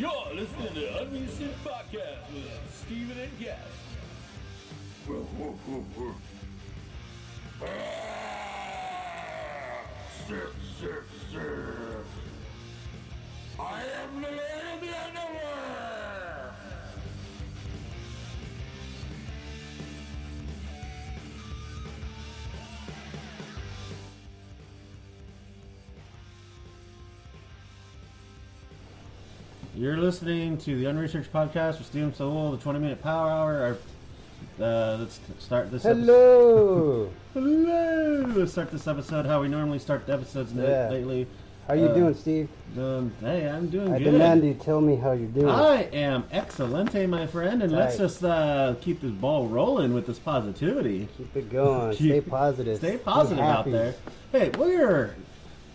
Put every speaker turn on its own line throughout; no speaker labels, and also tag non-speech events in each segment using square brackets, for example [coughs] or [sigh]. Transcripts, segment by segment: now listening to Unmuted Podcast with Steven and Cass.
Sip, sip, sip. I am the man of the underwear.
You're listening to the Unresearched Podcast with Steven Sewell, the 20 minute power hour. Our, uh, let's t- start this
Hello.
episode. Hello! Let's start this episode how we normally start the episodes na-
Yeah.
lately.
How you
Uh,
doing, Steve?
Um, hey, I'm doing
I
good.
demand you tell me how you're doing.
I am excelente, my friend, and let's
Right.
just uh, keep this ball rolling with this positivity.
Keep it going.
Keep-
Stay positive.
Stay
Be
positive out
happy.
there. Hey, we're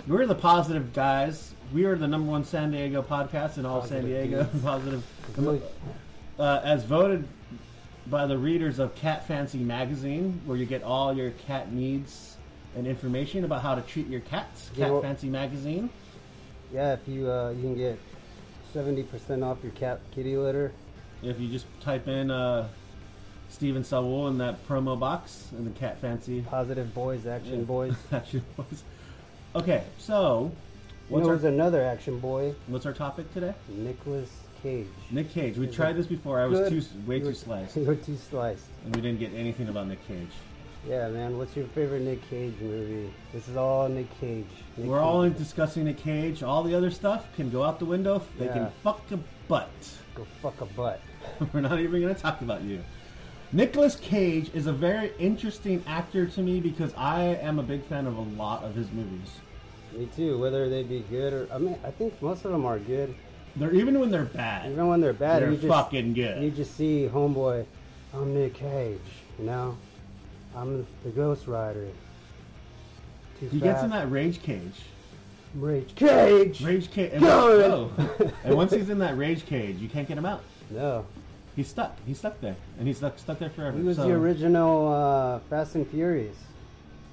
we're the positive guys. We are the number one San Diego podcast in all of San
Positive
Diego. [laughs]
dudes.
positive,
Really-
uh, as voted by the readers of Cat Fancy magazine, where you get all your cat needs and information about how to treat your cats.
Yeah,
Cat
well-
Fancy magazine.
Yeah, if you uh, you can get seventy percent off your cat kitty litter.
If you just type in uh, Steven Sowell in that promo box in the Cat Fancy [laughs]
Positive boys, action boys.
Action Boys. Okay, so
You
what's
know,
our,
there's another action boy,
what's our topic today?
Nicolas Cage.
Nick Cage. We tried this before. I was
Good.
too way
You
too
were-
sliced,
[laughs] You were too sliced.
and we didn't get anything about Nick Cage.
Yeah, man. What's your favorite Nick Cage movie? This is all Nick Cage. Nick
We're all in
Cage.
discussing Nick Cage. All the other stuff can go out the window. They
Yeah.
can fuck a butt. [laughs]
go fuck a butt.
We're not even going to talk about you. Nicolas Cage is a very interesting actor to me because I am a big fan of a lot of his movies.
Me too. Whether they be good or I mean, I think most of them are good.
They're even when they're bad.
Even when they're bad,
They're
you just,
fucking good.
You just see homeboy, I'm Nick Cage, you know, I'm the Ghost Rider. Too
he gets in that rage cage.
rage cage.
Rage cage. And,
Go! [laughs]
oh. and once he's in that rage cage, you can't get him out.
No,
He's stuck. He's stuck there, and he's stuck stuck there forever.
he was
so,
the original uh, Fast and Furious.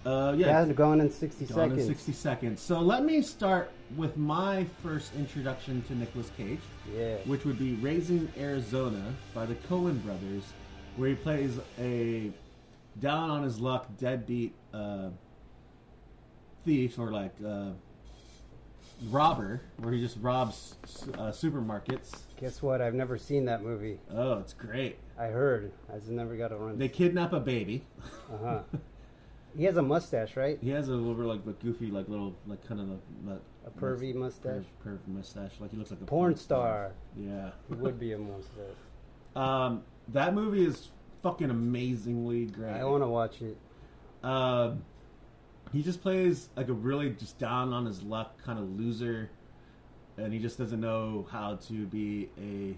Uh, yeah.
Yeah, gone in 60
Gone
seconds.
in 60 seconds. So let me start with my first introduction to Nicolas Cage,
Yeah,
which would be Raising Arizona by the Coen brothers, where he plays a down on his luck, deadbeat uh, thief or like uh, robber, where he just robs uh, supermarkets.
guess what? I've never seen that movie.
Oh, it's great.
I heard. I just never got around.
They kidnap a baby. [laughs]
Uh huh. he has a mustache, right?
He has a little like a goofy like little like kind of like, like
A pervy mustache.
perv, perv mustache. Like he looks like a
Porn star.
Yeah.
He would be a monster.
Um, that movie is fucking amazingly great.
I want to watch it.
Um, he just plays like a really just down on his luck kind of loser, and he just doesn't know how to be a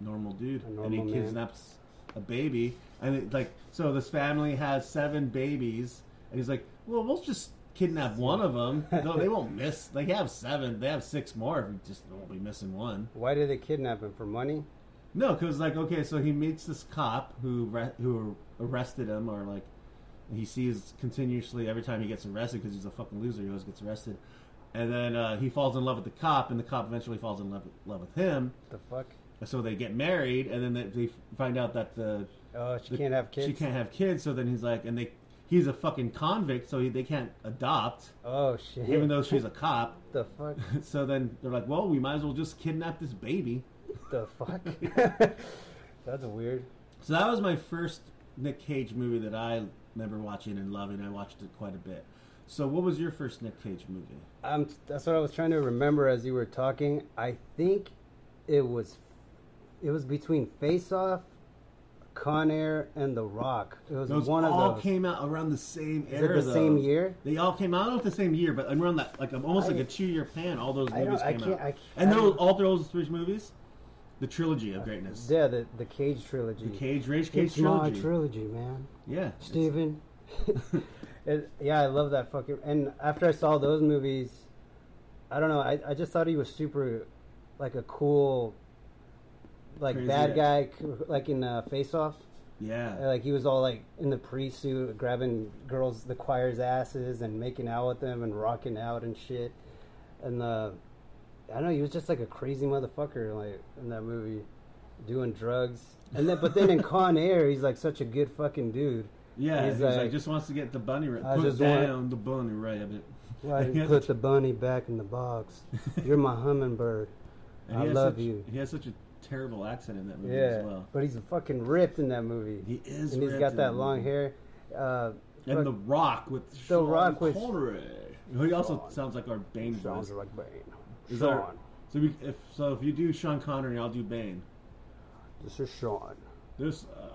normal dude.
A
and he
normal man.
kidnaps a baby, and it, like so, this family has seven babies, and he's like, "Well, we'll just kidnap one of them. No, they won't miss. They have seven. They have six more. If we just won't be missing one."
Why did they kidnap him for money?
No, because like okay, so he meets this cop who re- who arrested him, or like he sees continuously every time he gets arrested because he's a fucking loser. He always gets arrested, and then uh, he falls in love with the cop, and the cop eventually falls in love, love with him.
The fuck?
So they get married, and then they, they find out that the
Oh, she
the-
can't have kids.
She can't have kids. So then he's like, and they he's a fucking convict, so he, they can't adopt,
Oh shit.
even though she's a cop.
the
[laughs]
fuck,
so then they're like, well, we might as well just kidnap this baby.
the fuck. [laughs] That's weird.
So that was my first Nick Cage movie that I remember watching and loving. I watched it quite a bit. So what was your first Nick Cage movie?
Um, that's what I was trying to remember as you were talking. I think it was, it was between Face Off, Con Air, and The Rock. It was
Those
one
all
of those.
came out around the same
Is
era.
it the same
though.
year?
They all came out at the same year, but around that like um, almost like
I-
a two-year pan. All those
I don't-
movies
I
came
can't-
out,
I can't-
and
I
those,
don't-
all those three movies, the trilogy of greatness,
Yeah, the the Cage trilogy.
the Cage Rage Cage
It's my
trilogy.
trilogy, man.
yeah, it's-
Steven. [laughs] it, yeah, I love that fucking. And after I saw those movies, I don't know. I, I just thought he was super, like a cool, like
Crazy
bad
guy.
guy, like in uh, Face Off.
yeah.
Like he was all like in the pre suit, grabbing girls, the choir's asses, and making out with them and rocking out and shit. And the uh, I don't know. He was just like a crazy motherfucker, like in that movie, doing drugs. And then, but then in Con Air, he's like such a good fucking dude.
Yeah,
He's
he's, like,
like,
just wants to get the bunny rabbit.
I
Put
just want-
down the bunny rabbit.
Why
And he
you
has
put
a-
the bunny back in
[laughs]
the box? You're my hummingbird.
and
I
he has
love
such-
you.
He has such a terrible accent in that movie
Yeah,
as well.
but he's fucking ripped in that movie.
He is
and he's
ripped
got
in
that
that
long
movie.
hair. Uh,
And the Rock with
The
Sean
Rock with-
Connery. He also
Sean.
sounds like our Bane voice.
sounds like Bane.
Is
Sean,
there- So, we, if so, if you do Sean Connery, I'll do Bane.
this is Sean.
This, uh,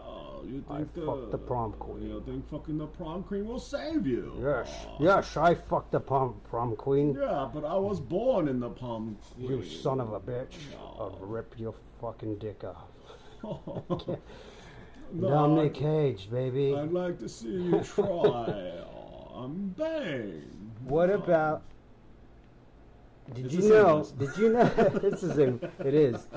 you think
I fucked the prom queen.
You think fucking the prom queen will save you?
Yes,
Uh,
yes, I fucked the prom, prom queen.
yeah, but I was born in the prom. Queen.
You son of a bitch! I'll rip your fucking dick off.
no,
Dominic Cage,
[laughs]
baby.
I'd like to see
[laughs]
you try. I'm Bane.
What about? Did
It's
you
the same
know?
as-
Did you know? [laughs] it's the same. It is.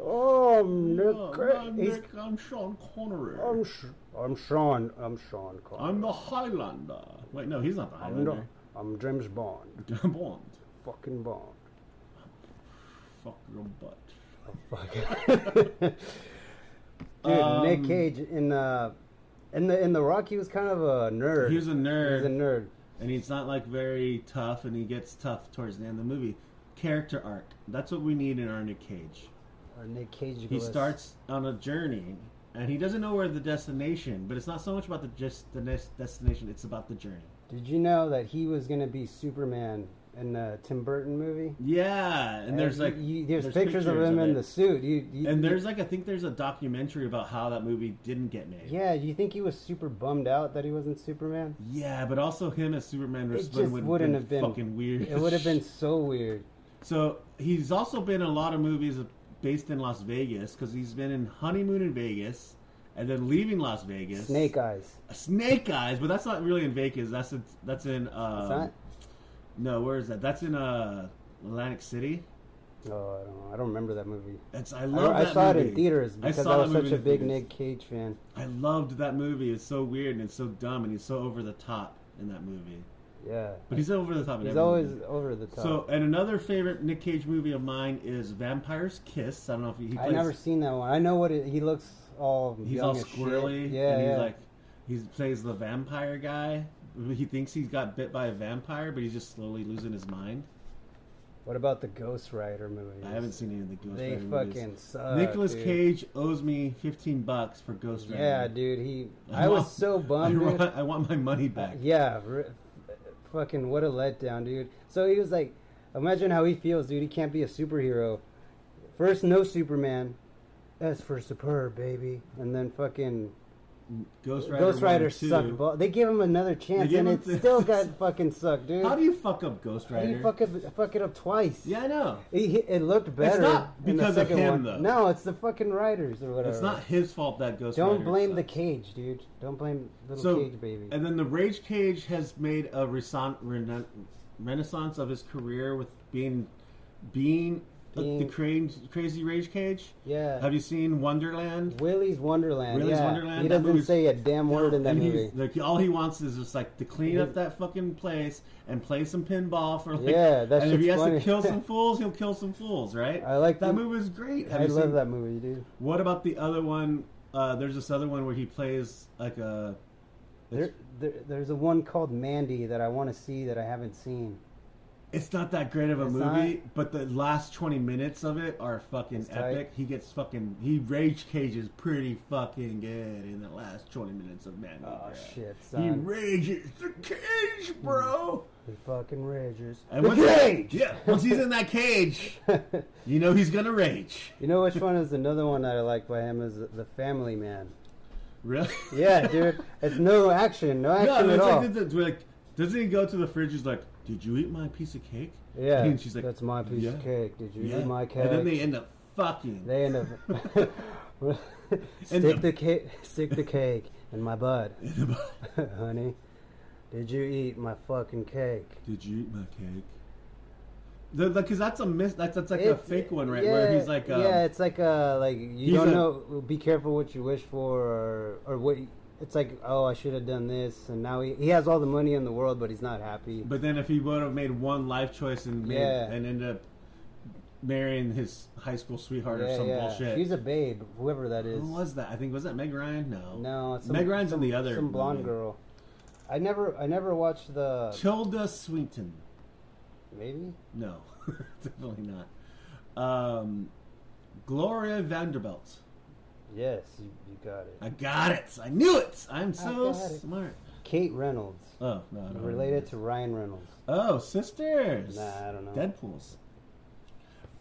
Oh, I'm Nick.
No,
Cra-
I'm,
he's-
Nick, I'm Sean Connery.
I'm, Sh- I'm Sean. I'm Sean Connery.
I'm eh? the Highlander. Wait, no, he's not the
I'm, the-
Highlander.
I'm James Bond.
Bond.
Fucking Bond.
Fuck your butt.
Oh, [laughs] fuck. Dude, Nick
Um,
Cage in uh, in the in the Rock, he was kind of a nerd.
He was a nerd.
He's a nerd.
and he's not like very tough, and he gets tough towards the end of the movie. Character arc. That's what we need in our Nick Cage.
Or Nick Cage.
He
was-
starts on a journey, and he doesn't know where the destination. But it's not so much about the just the next destination; it's about the journey.
Did you know that he was gonna be Superman in the Tim Burton movie?
Yeah, and, there's
you-
like
you- there's, pictures, of him in
it.
the suit. You, you,
and there's like I think there's a documentary about how that movie didn't get made.
yeah. Do you think he was super bummed out that he wasn't Superman?
Yeah, but also him as Superman
It
would
just
would
wouldn't have been
fucking weird. [laughs]
It would have been so weird.
So he's also been in a lot of movies based in Las Vegas because he's been in Honeymoon in Vegas and then leaving Las Vegas.
Snake Eyes.
Snake Eyes, but that's not really in Vegas. That's in, that's in. Um,
It's not.
No, where is that? That's in uh, Atlantic City.
Oh, I don't know. I don't remember that movie.
That's I
I,
love.
I
that
saw it
movie.
in theaters because I,
saw that
was
movie
such
in
a big
theaters.
Nick Cage fan.
I loved that movie. It's so weird and it's so dumb and he's so over the top in that movie.
Yeah,
But he's over the top. in
he's
every
always
movie.
over the top.
So, and another favorite Nick Cage movie of mine is Vampire's Kiss. I don't know if he. he
I
plays-
never seen that one. I know what it, he looks all.
He's
young
all
as shit.
squirrely.
Yeah,
and he's
yeah.
like he plays the vampire guy. He thinks he's got bit by a vampire, but he's just slowly losing his mind.
what about the Ghost Rider movies?
I haven't seen any of the Ghost
They
Rider
fucking
movies.
suck.
Nicholas
dude.
Cage owes me fifteen bucks for Ghost Rider.
Yeah, dude. He.
[laughs] I
I was
want-
so
I
bummed. dude.
want, I want my money back.
Yeah, r- fucking what a letdown, dude. So he was like, imagine how he feels, dude. He can't be a superhero. First, no Superman. That's for superb, baby. And then fucking
Ghost Rider.
Ghost Rider
1, 2.
sucked ball. They gave him another chance,
gave
and
him
it
the- [laughs]
still got fucking sucked, dude.
How do you fuck up Ghost
How
Rider?
do you fuck, up, fuck it up twice?
yeah, I know.
He, he- it looked better.
not
in the
because of
second
him,
one.
though.
No, it's the fucking writers or whatever.
It's not his fault that Ghost
Don't
Rider.
blame the
sucks.
cage, dude. Don't blame little cage baby.
And then the Rage Cage has made a reson- rena- renaissance of his career with being being, the- the
Being-
crazy, crazy Rage Cage.
yeah.
Have you seen Wonderland?
Willie's Wonderland.
Willie's
yeah.
Wonderland,
He
that
doesn't
movie's-
say a damn word in that
And
movie.
he's- like, all he wants is just like to clean
He's-
up that fucking place and play some pinball for like.
Yeah, that
And if he
shit's
has
funny.
to kill
[laughs]
some fools, he'll kill some fools, right?
I like
that
the-
movie. Was great. Have
I
you
love
seen-
that movie, dude.
What about the other one? Uh, there's this other one where he plays like a.
There, there, there's a one called Mandy that I want to see that I haven't seen.
It's not that great of a
It's
movie, but the last 20 minutes of it are fucking
It's tight.
epic. He gets fucking. He rage cages pretty fucking good in the last 20 minutes of Man.
Oh shit,
He
son!
rages the cage, bro.
He, fucking rages.
And
the
once-
cage.
Yeah, once he's in that cage, you know he's gonna rage.
[laughs] you know which one is another one that I like by him is the Family Man. [laughs]
Really?
Yeah, dude. It's no action,
[laughs]
no
No,
action
it's
at all.
like, it's like- like, doesn't he go to the fridge? He's like, "Did you eat my piece of cake?"
yeah,
and she's like,
that's my piece of
"Yeah,
cake. Did you
yeah."
eat my cake?
And then they end up fucking.
They end up
[laughs]
[laughs] stick
the-
the cake, stick the cake in
[laughs]
my butt, [laughs] honey. Did you eat my fucking cake?
Did you eat my cake? The, the, Cause that's a mis- that's, that's like a
It's-
fake one, right? where he's like, um,
yeah, it's like uh, like you
he's
don't
a-
know. Be careful what you wish for, or or what. you- It's like, oh, I should have done this, and now he he has all the money in the world, but he's not happy.
But then if he would have made one life choice and made,
Yeah.
and ended up marrying his high school sweetheart or
Yeah,
some
yeah.
bullshit.
She's a babe, whoever that is.
Who was that? I think was that Meg Ryan? No.
No, it's some,
Meg Ryan's
some,
in the other
some blonde
movie.
girl. I never, I never watched the
Tilda Swinton.
maybe.
No, [laughs] definitely not. Um, Gloria Vanderbilt.
Yes, you, you got it.
I got it. I knew it. I'm so
got it.
smart.
Kate Reynolds,
Oh no, I don't
related
remember.
to Ryan Reynolds.
Oh, sisters.
Nah, I don't know.
Deadpool's.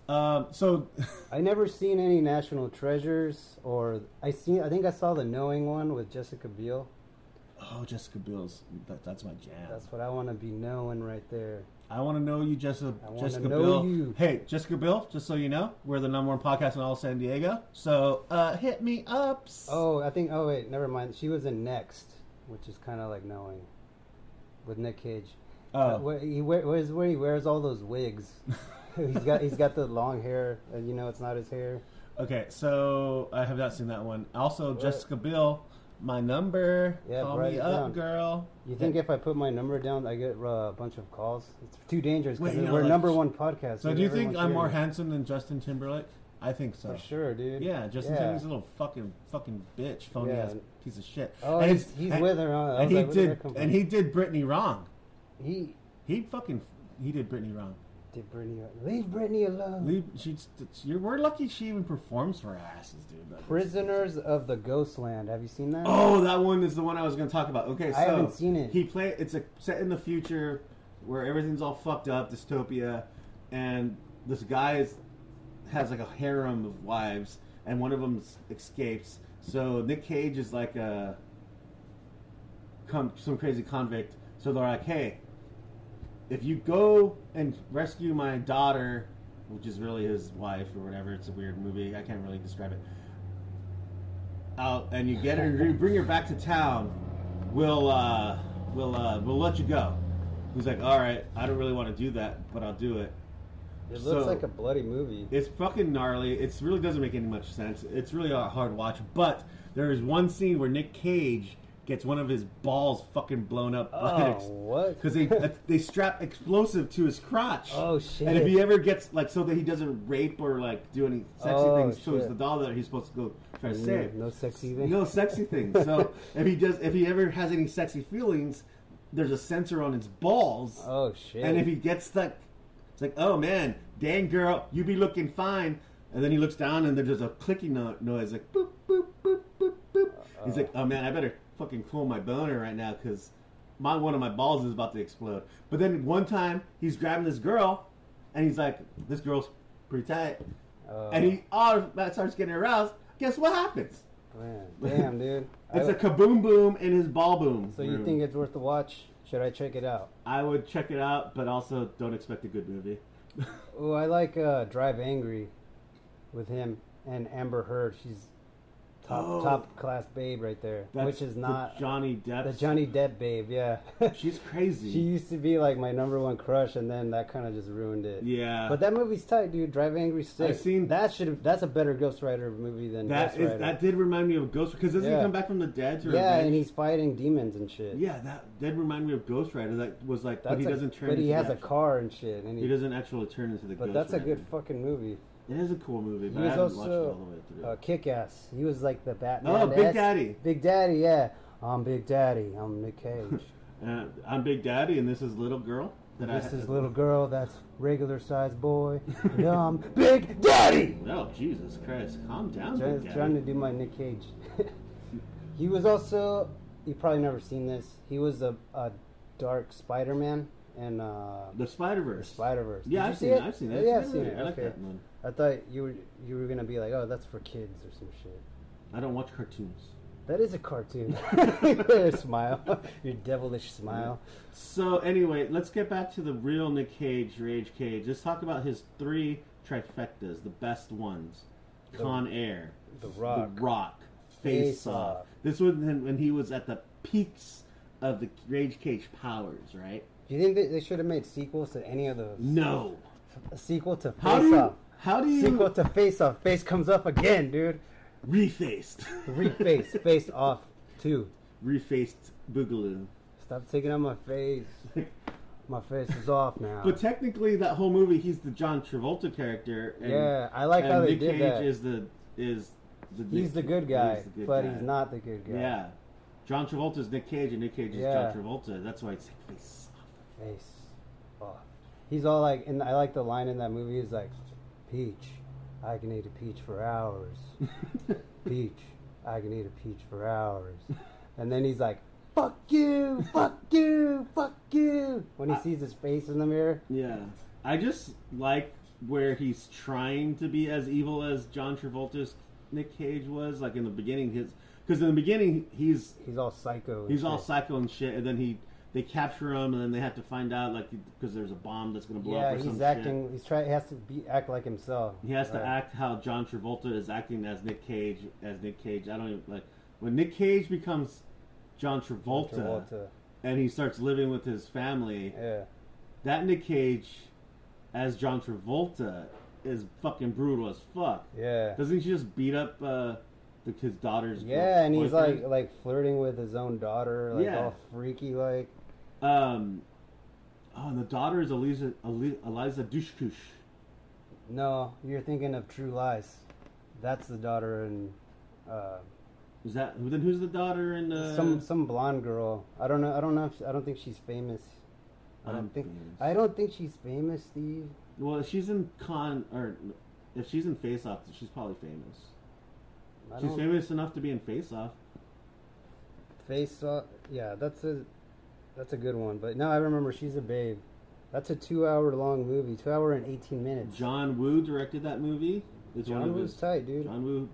Um, so [laughs]
I never seen any National Treasures or I seen. I think I saw the Knowing one with Jessica Biel.
Oh, Jessica Biel's. That, that's my jam.
That's what I want to be knowing right there.
I want to know you, Jessica.
I wanna
Jessica
know
Biel.
you.
Hey, Jessica Biel. Just so you know, we're the number one podcast in all of San Diego. So uh, hit me up.
Oh, I think. Oh wait, never mind. She was in Next, which is kind of like Knowing, with Nick Cage. Uh,
oh,
where he wear, where's where he wears all
[laughs]
those wigs. he's got he's got the long hair, and you know it's not his hair.
okay. So I have not seen that one. Also,
What?
Jessica Biel. My number.
Yeah,
Call
write
me
it
up,
down.
girl.
You think if I put my number down, I get uh, a bunch of calls? It's too dangerous because
Wait, no,
we're
like-
number one podcast.
So
dude.
do you think
Everyone's
I'm more
hearing
handsome than Justin Timberlake? I think so.
it. For sure, dude.
Yeah, Justin
Yeah.
Timberlake's a little fucking fucking bitch, phony
Yeah.
ass piece of shit.
Oh,
And
he's-
it's-
he's
and-
with her, huh? I
And
was
he
like, where did that
did,
come
and
from?
he did Britney wrong.
He
He fucking he did Britney wrong.
did Brittany. Leave Brittany alone.
Leave, she's, you're, we're lucky she even performs for her asses, dude. Like,
Prisoners of the Ghostland. Have you seen that?
Oh, that one is the one I was going to talk about. Okay, so
I haven't seen it.
He play it's a set in the future where everything's all fucked up, dystopia, and this guy is has like a harem of wives, and one of them escapes. So Nick Cage is like a come some crazy convict. So they're like, hey, if you go and rescue my daughter, which is really his wife or whatever, it's a weird movie. I can't really describe it. Out and you get her, and you bring her back to town. We'll uh, we'll uh, we'll let you go. He's like, all right, I don't really want to do that, but I'll do it.
it looks
so-
like a bloody movie.
It's fucking gnarly. It's really doesn't make any much sense. It's really a hard watch. But there is one scene where Nick Cage gets one of his balls fucking blown up.
oh, what?
Because they uh, they strap explosive to his crotch.
oh shit.
And if he ever gets like so that he doesn't rape or like do any sexy
Oh,
things towards
shit.
the doll that he's supposed to go try to
Mm,
save.
no sexy thing?
No sexy things.
[laughs]
So if he does, if he ever has any sexy feelings, there's a sensor on his balls.
oh shit.
And if he gets like, it's like, oh man, dang girl, you be looking fine. And then he looks down and there's a clicking no- noise, like boop, boop, boop, boop, boop. He's like, oh man, I better fucking cool my boner right now because my one of my balls is about to explode. But then one time he's grabbing this girl and he's like, this girl's pretty tight.
Oh,
and he automatically starts getting aroused. Guess what happens?
man. damn,
[laughs]
dude.
It's
I-
a kaboom boom in his ball boom.
so you
room.
think it's worth the watch? Should I check it out?
I would check it out, but also don't expect a good movie.
Oh, I like uh, Drive Angry with him and Amber Heard. She's top
Oh.
top class babe right there, which is
the
not
Johnny Depp.
the Johnny Depp babe. Yeah, [laughs]
She's crazy.
she used to be like my number one crush, and then that kind of just ruined it.
yeah,
But that movie's tight, dude. Drive Angry Six.
seen-
that. Should that's a better Ghost Rider movie than
that
Ghost
is
Rider.
that did remind me of Ghost because doesn't
Yeah.
he come back from the dead to
yeah,
revenge?
and he's fighting demons and shit.
yeah, that did remind me of Ghost Rider. That was like, but he
a-
doesn't turn.
But he
into
has
the
a
actual-
car and shit, and he,
He doesn't actually turn into the.
But
Ghost
that's a
Rider.
good fucking movie.
It is a cool movie,
He
but I
was
haven't watched it all
also
the way through.
uh, Kick Ass. He was like the Batman.
Oh, Big
ass-
Daddy.
Big Daddy, yeah. I'm Big Daddy. I'm Nick Cage.
Uh, I'm Big Daddy, and this is Little Girl. That I
this is little girl. That's regular sized boy. And I'm [laughs] Big Daddy.
[coughs] Oh Jesus Christ! Calm down,
Trying,
Big Daddy.
trying to do my Nick Cage. [laughs] he was also. You probably never seen this. He was a, a dark Spider Man and uh,
The Spider Verse.
Spider Verse.
Yeah, I've seen, it. I've seen it.
Oh, Yeah, I've
It's
seen
really-
it.
I like
okay.
that one.
I thought you were you were gonna be like, oh, that's for kids or some shit.
I don't watch cartoons.
That is
[laughs]
a cartoon. [laughs] Your smile, your devilish smile.
Mm-hmm. So anyway, let's get back to the real Nick Cage, Rage Cage. Let's talk about his three trifectas, the best ones: Con Air,
The Rock.
The Rock,
Face
Face Off.
Off.
This was when when he was at the peaks of the Rage Cage powers, right?
Do you think that they should have made sequels to any of those?
No.
A sequel to Face
How do you?
Off.
How do
Sequel
you?
to Face Off. Face comes up again, dude.
Refaced.
Reface. face Off two.
[laughs] Refaced Boogaloo.
Stop taking out my face. my face is off now.
But technically, that whole movie, he's the John Travolta character. And,
yeah, I like
and
how they
Nick
did
Cage
that.
is the is the
he's
Nick-
the good guy,
the good
but
guy.
he's not the good guy.
Yeah. John Travolta's Nick Cage, and Nick Cage is
Yeah.
John Travolta. That's why it's like, face.
Face off. He's all like, and I like the line in that movie. He's like, "Peach, I can eat a peach
[laughs]
for hours. Peach, I can eat a peach for hours." And then he's like, "Fuck you, fuck you, fuck you." When he sees his face in the mirror,
yeah, I just like where he's trying to be as evil as John Travolta's Nick Cage was. Like in the beginning, his because in the beginning he's
he's all psycho. and
He's all
shit.
psycho and shit, and then he they capture him, and then they have to find out like because there's a bomb that's gonna blow
Yeah,
up or
he's
some
acting.
shit.
He's trying. He has to be act like himself.
He has to
Right.
act how John Travolta is acting as Nick Cage. As Nick Cage, I don't even like when Nick Cage becomes John Travolta,
Travolta.
and he starts living with his family.
Yeah.
That Nick Cage as John Travolta is fucking brutal as fuck.
Yeah.
Doesn't he just beat up uh, the his daughter's?
Yeah, and he's
boyfriend?
like like flirting with his own daughter, like
Yeah.
all freaky, like
Um, oh, and the daughter is Eliza Eli- Eliza Dushkush.
no, you're thinking of True Lies. That's the daughter and uh,
Is that then? Who's the daughter in uh,
some some blonde girl. I don't know. I don't know. If, I don't think she's famous. I
I'm
don't think.
famous.
I don't think she's famous, Steve.
Well, if she's in Con, or if she's in Face Off, she's probably famous.
I
She's
don't-
famous enough to be in Face Off.
Face off. Yeah, that's a that's a good one. But now I remember she's a babe. That's a two-hour-long movie. Two hour and eighteen minutes.
John Woo directed that movie. It's one
John
of
was
his.
tight, dude.
John Woo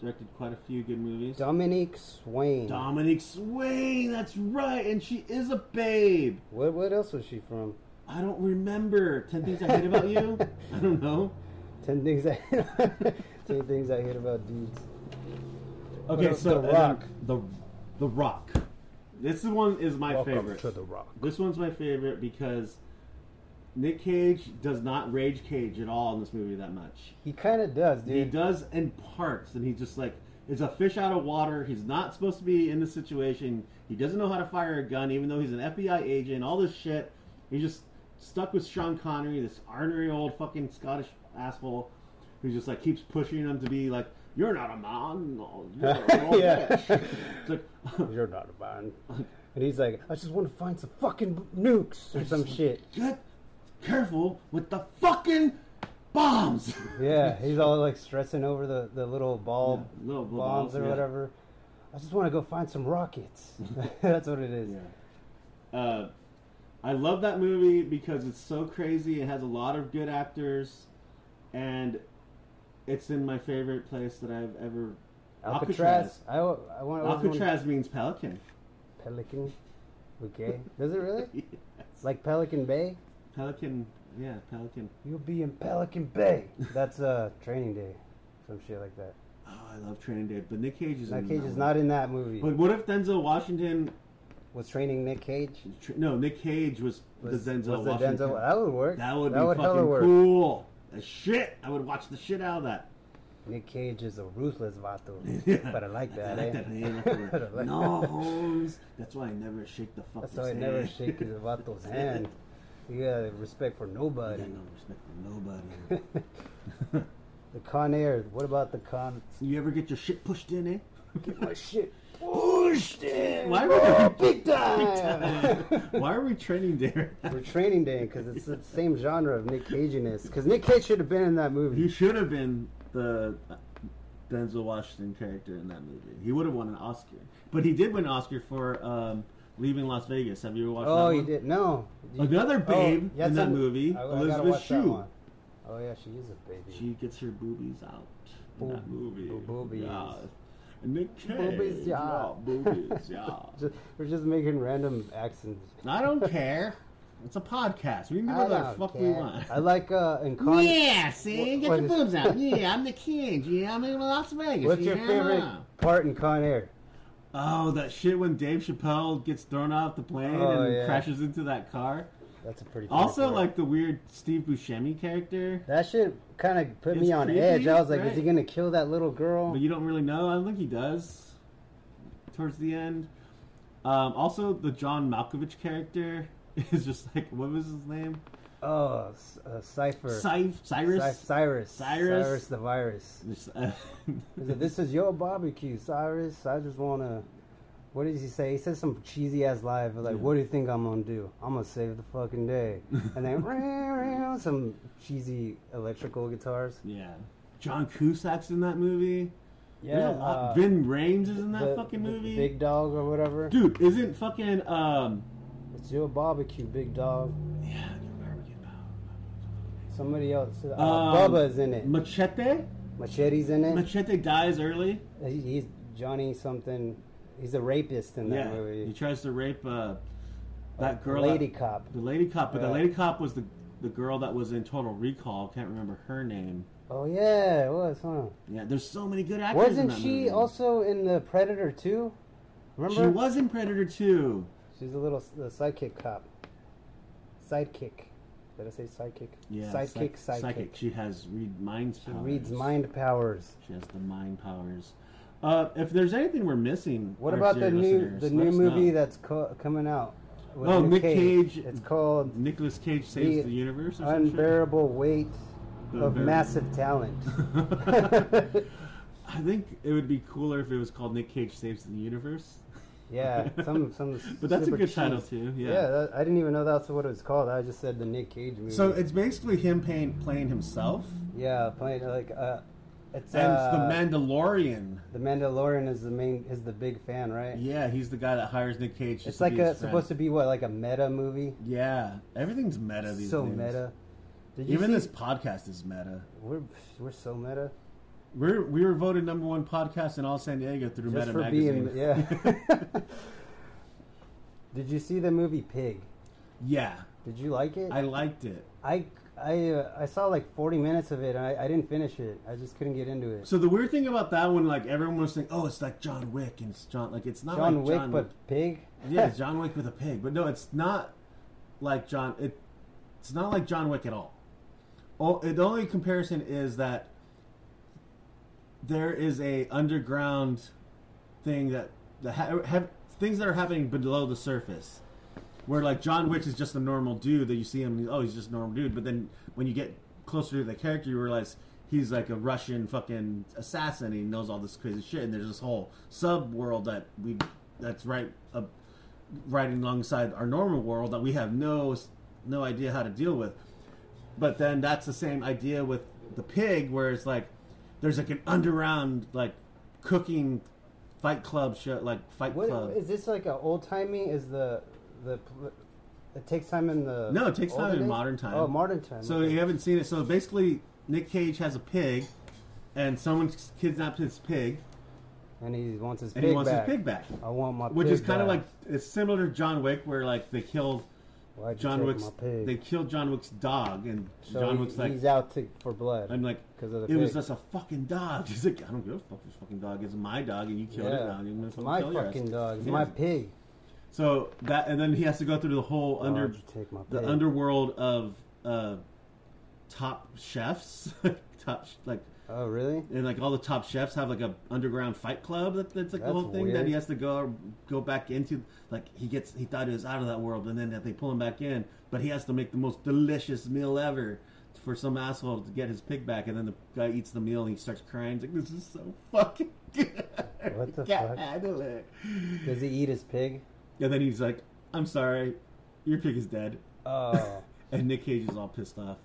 directed quite a few good movies.
Dominique Swain.
Dominique Swain, that's right, and she is a babe.
what what else was she from?
I don't remember Ten Things I Hate About You. I don't know.
Ten things I [laughs] ten things I hate about dudes.
Okay,
else?
so
The
and
Rock.
then the the Rock. This one is my favorite.
the Rock.
This one's my favorite because Nick Cage does not rage cage at all in this movie that much.
He kind of does, dude.
He does in parts, and he just like is a fish out of water. He's not supposed to be in this situation. He doesn't know how to fire a gun, even though he's an FBI agent. All this shit. He's just stuck with Sean Connery, this ornery old fucking Scottish asshole, who just like keeps pushing him to be like, "You're not a man. no, You're an
[laughs]
old
Yeah.
bitch." It's like,
You're not a
[laughs]
man. And he's like, I just want to find some fucking nukes
[laughs]
or some shit.
get careful with the fucking bombs. [laughs]
Yeah, he's all like stressing over the, the little ball
Yeah, little blue
bombs
balls,
or
yeah.
whatever. I just want to go find some
[laughs]
rockets. [laughs] That's what it is.
Uh, I love that movie because it's so crazy. It has a lot of good actors, and it's in my favorite place that I've ever.
Alcatraz. I, wa- I want I was
Alcatraz,
wondering-
Alcatraz means pelican. [laughs]
Pelican. Okay. Does it really?
[laughs] Yes.
Like Pelican Bay?
Pelican, yeah, pelican.
You'll be in Pelican Bay. That's uh, Training Day, some shit like that.
Oh, I love Training Day, but Nick Cage is.
Nick
in
Cage
that
is
one.
not in that movie.
But what if Denzel Washington?
was training Nick Cage?
tr- No, Nick Cage was,
Was,
the Denzel
was the
Washington.
Denzel- That would work.
That would
that
be
would hella
fucking
work.
cool. As shit, I would watch the shit out of that.
Nick Cage is a ruthless vato.
[laughs] Yeah.
But I like that.
I
eh?
like that.
[laughs]
eh? That's the
But I
word.
like
no,
that.
Holmes. That's why I never shake the fucker's
That's why I
hand.
never
[laughs]
shake his vato's hand. You got respect for
I
nobody.
got no respect for
[laughs]
nobody.
The Con Air. What about the Con?
you ever get your shit pushed in, eh?
Get my shit.
Pushed in. Why
Oh,
are we? [laughs]
big time.
Why are we training there?
We're training day because it's the same genre of Nick Caginess. Because Nick Cage should have been in that movie.
He should have been the uh, Denzel Washington character in that movie. He would have won an Oscar, but he did win an Oscar for um, Leaving Las Vegas. Have you ever watched?
Oh,
that
you
one?
did no. You-
Another babe
yeah,
in
it's
that
on-
movie,
I- I gotta
Elizabeth
watch that
Shue.
one. Oh yeah, she is a baby.
She gets her boobies out in that
Boob-
movie.
bo- boobies.
Yeah. And Nick Cage.
Boobies, yeah.
boobies, yeah.
[laughs] Ju- we're just making random accents.
I don't care. It's a podcast. We can do
I
whatever the
don't
fuck we
care.
want.
I like uh in Con.
yeah, see,
Wh-
get
what
your
is-
boobs
[laughs]
out. Yeah, I'm the Cage. Yeah, I'm in Las Vegas.
What's your
Yeah.
favorite part in Con Air?
Oh, that shit when Dave Chappelle gets thrown off the plane
Oh,
and
yeah.
crashes into that car.
That's a pretty. funny
Also,
part.
like the weird Steve Buscemi character.
that shit kind of put me
It's
on
creepy,
edge. I was like, is he
right?
gonna kill that little girl?
but you don't really know. I don't think he does. Towards the end, um, also the John Malkovich character [laughs] is just like what was his name?
Oh, S- uh, Cipher.
Cy-
Cy-
Cyrus.
Cyrus.
Cyrus?
Cyrus the virus.
This, uh, [laughs]
He said, this is your barbecue, Cyrus. I just wanna. What did he say? He said some cheesy ass lie. but Like,
Yeah.
what do you think I'm gonna do? I'm gonna save the
[laughs]
fucking day. And then "Meow," some cheesy electrical guitars.
yeah, John Cusack's in that movie.
Yeah,
There's a lot.
uh,
Vin Rames is in that
the-
fucking
the
movie.
Big Dog or whatever.
Dude, isn't fucking um?
It's your barbecue, Big Dog.
Yeah, you're American now.
Somebody else. Uh,
Um,
Bubba's in it.
Machete.
Machete's in it.
Machete dies early.
He- he's Johnny something. He's a rapist in that
yeah, he
movie.
tries to rape uh, that girl.
Lady
that-
cop.
The lady cop, but the
Yeah.
lady cop was the the girl that was in Total Recall. Can't remember her name.
Oh yeah, it was huh?
Yeah, there's so many good actors. in
Wasn't
that
she
movie.
also in the Predator 2? Remember?
She was in Predator 2.
She's a little the sidekick cop. Sidekick. Did I say sidekick?
Yeah,
Sidekick.
psych-
Sidekick.
psychic. She has read mind
She
powers.
reads mind powers.
She has the mind powers. Uh, if there's anything we're missing,
What
our
about
dear
the new
listeners,
the
let
new
us
movie
know.
that's co- coming out? with
Oh, Nick Cage.
It's called
Nicolas Cage saves
The
the, universe? Or some shit?
Unbearable Weight
The
of
Unbearable-
Massive Talent.
[laughs]
[laughs]
I think it would be cooler if it was called Nick Cage saves the universe.
yeah, some some.
[laughs] But that's a
super
good
cheese.
title too. Yeah.
that, I didn't even know that's what it was called. I just said the Nick Cage movie.
So it's basically him playing playing himself,
yeah, playing like uh, it's
and
uh,
the Mandalorian.
The Mandalorian is the main is the big fan, right?
Yeah, he's the guy that hires Nick Cage.
it's like a, supposed to be what like a meta movie.
Yeah, everything's meta these
so
days.
meta. Did you
Even
see-
this podcast is meta.
We're we're so meta.
We're we were voted number one podcast in all San Diego through
Just
Meta
for
Magazine.
being yeah.
[laughs]
[laughs] Did you see the movie Pig?
yeah,
Did you like it?
I liked it.
I I, uh, I saw like 40 minutes of it. And I I didn't finish it. I just couldn't get into it.
So the weird thing about that one, like everyone was saying, "Oh, it's like John Wick," and it's John like it's not
John
like
Wick,
John
but Pig.
[laughs] yeah, it's John Wick with a pig. But no, it's not like John. It, it's not like John Wick at all. Oh, the only comparison is that there is a underground thing that that ha- have, things that are happening below the surface. Where like John Wick is just a normal dude that you see him, oh he's just a normal dude. But then when you get closer to the character, you realize he's like a Russian fucking assassin. And he knows all this crazy shit, and there's this whole sub world that we that's right up, right alongside our normal world that we have no no idea how to deal with. But then that's the same idea with the pig, where it's like there's like an underground like cooking fight club show, like fight
[laughs] What
club.
is this like an old timey? Is the the pl- it takes time in the
No, it takes time
older
in
days?
modern time.
Oh, modern time.
So
okay.
you haven't seen it. So basically, Nick Cage has a pig, and someone kidnaps his pig,
and he wants his
and
pig
he wants
back.
his pig back,
I want my
which
pig
is kind of
back.
like it's similar to John Wick, where like they kill
Why'd you
John
take
Wick's
my pig?
they kill John Wick's dog, and
so
John
he-
Wick's like
he's out to, for blood.
I'm like,
'Cause of the
it was
pig.
just a fucking dog. [laughs] He's like, I don't give a fuck. This fucking dog It's my dog, and you killed it.
Yeah.
Now. I'm gonna
It's my
kill your ass."
fucking dog. It's
Yeah.
my pig.
So that, and then he has to go through the whole under
Why'd you take my
the
pig?
underworld of uh, top chefs, [laughs] top sh- like
Oh, really?
and like all the top chefs have like a underground fight club that, that's like the
That's
whole thing that
weird.
he has to go go back into like he gets he thought he was out of that world and then they pull him back in but he has to make the most delicious meal ever for some asshole to get his pig back and then the guy eats the meal and he starts crying he's like this is so fucking [laughs] good
What the
Can't
fuck?
handle it.
Does he eat his
[laughs]
pig?
and then he's like i'm sorry your pig is dead
Oh,
and nick cage is all pissed off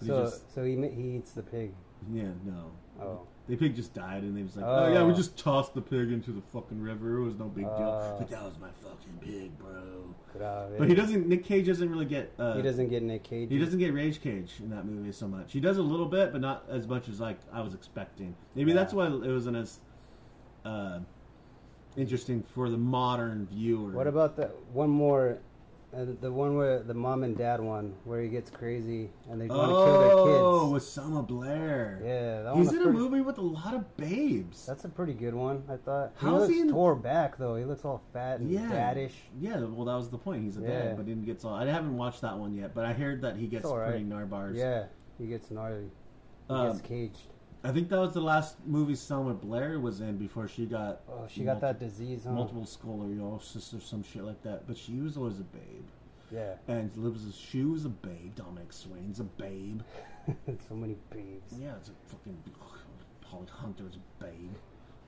But
so
he just
so he ma- he eats the pig.
yeah no
Oh,
the pig just died, and they was like, "Oh yeah,
Oh.
we just tossed the pig into the fucking river. It was no big deal."
Oh.
But that was my fucking pig, bro.
grave.
But he doesn't. Nick Cage doesn't really get. Uh,
He doesn't get Nick Cage.
He doesn't get rage cage in that movie so much. He does a little bit, but not as much as like I was expecting. Maybe
Yeah.
that's why it wasn't as uh, interesting for the modern viewer.
What about the one more, uh, the one where the mom and dad one, where he gets crazy and they want to
Oh,
kill their kids?
with Selma Blair.
Yeah,
he's
that one
in
was
a
pretty-
movie with a lot of babes.
That's a pretty good one, I thought. He
How's
looks
he in-
tore back though. He looks all fat and daddish.
Yeah, well, that was the point. He's a
Yeah.
dad, but he gets all. I haven't watched that one yet, but I heard that he gets
all right.
pretty narbars.
Yeah, he gets gnarly. He
Um,
gets caged.
I think that was the last movie Selma Blair was in before she got.
Oh, she got
multi-
that disease. Huh?
multiple scoliosis or some shit like that. But she was always a babe.
Yeah. [laughs]
And Lupus's shoe is a babe. Dominic Swain's a babe.
so many babes.
Yeah, it's a fucking Holly Hunter's a babe.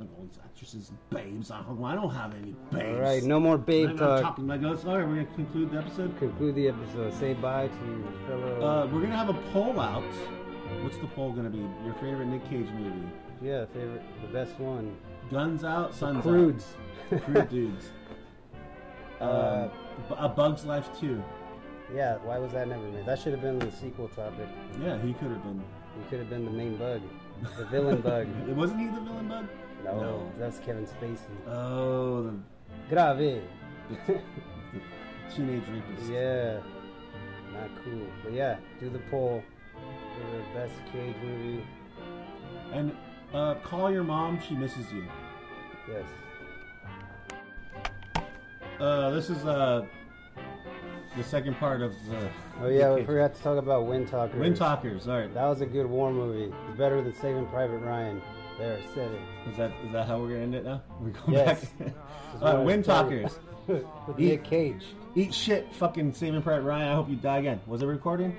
Like all these actresses, babes. I don't, I don't have any babes.
All right, no more
I'm
babe
not
talk.
talking like this. All right, we're gonna conclude the episode.
Conclude the episode. Say bye to your fellow.
Uh, we're gonna have a poll out. What's the poll gonna be? Your favorite Nick Cage movie?
yeah, favorite, the best one.
Guns Out, Suns
Crudes.
Out. Crude dudes. Um,
Uh,
B- a Bug's Life too.
[laughs] yeah, why was that never made? That should have been the sequel topic.
Yeah, he could have been.
It could have been the main bug,
[laughs]
the villain bug.
It wasn't he the villain bug?
No,
No.
that's Kevin Spacey.
Oh, the, [laughs]
Grave.
the teenage rapist.
Yeah, not cool. But yeah, do the poll for the best Cage movie.
And uh, call your mom. She misses you.
Yes.
Uh, this is uh, the second part of the.
Oh yeah, we
Nick Cage.
forgot to talk about Wind Talkers.
Wind Talkers. All right.
That was a good war movie. It's better than Saving Private Ryan. There, said it.
Is that is that how we're gonna end it now? [laughs] We're going
Yes.
back. All
Just wanted
right,
to
Uh, Wind
tell
Talkers.
you. [laughs] With Nick Cage.
Eat shit, fucking Saving Private Ryan. I hope you die again. Was it recording?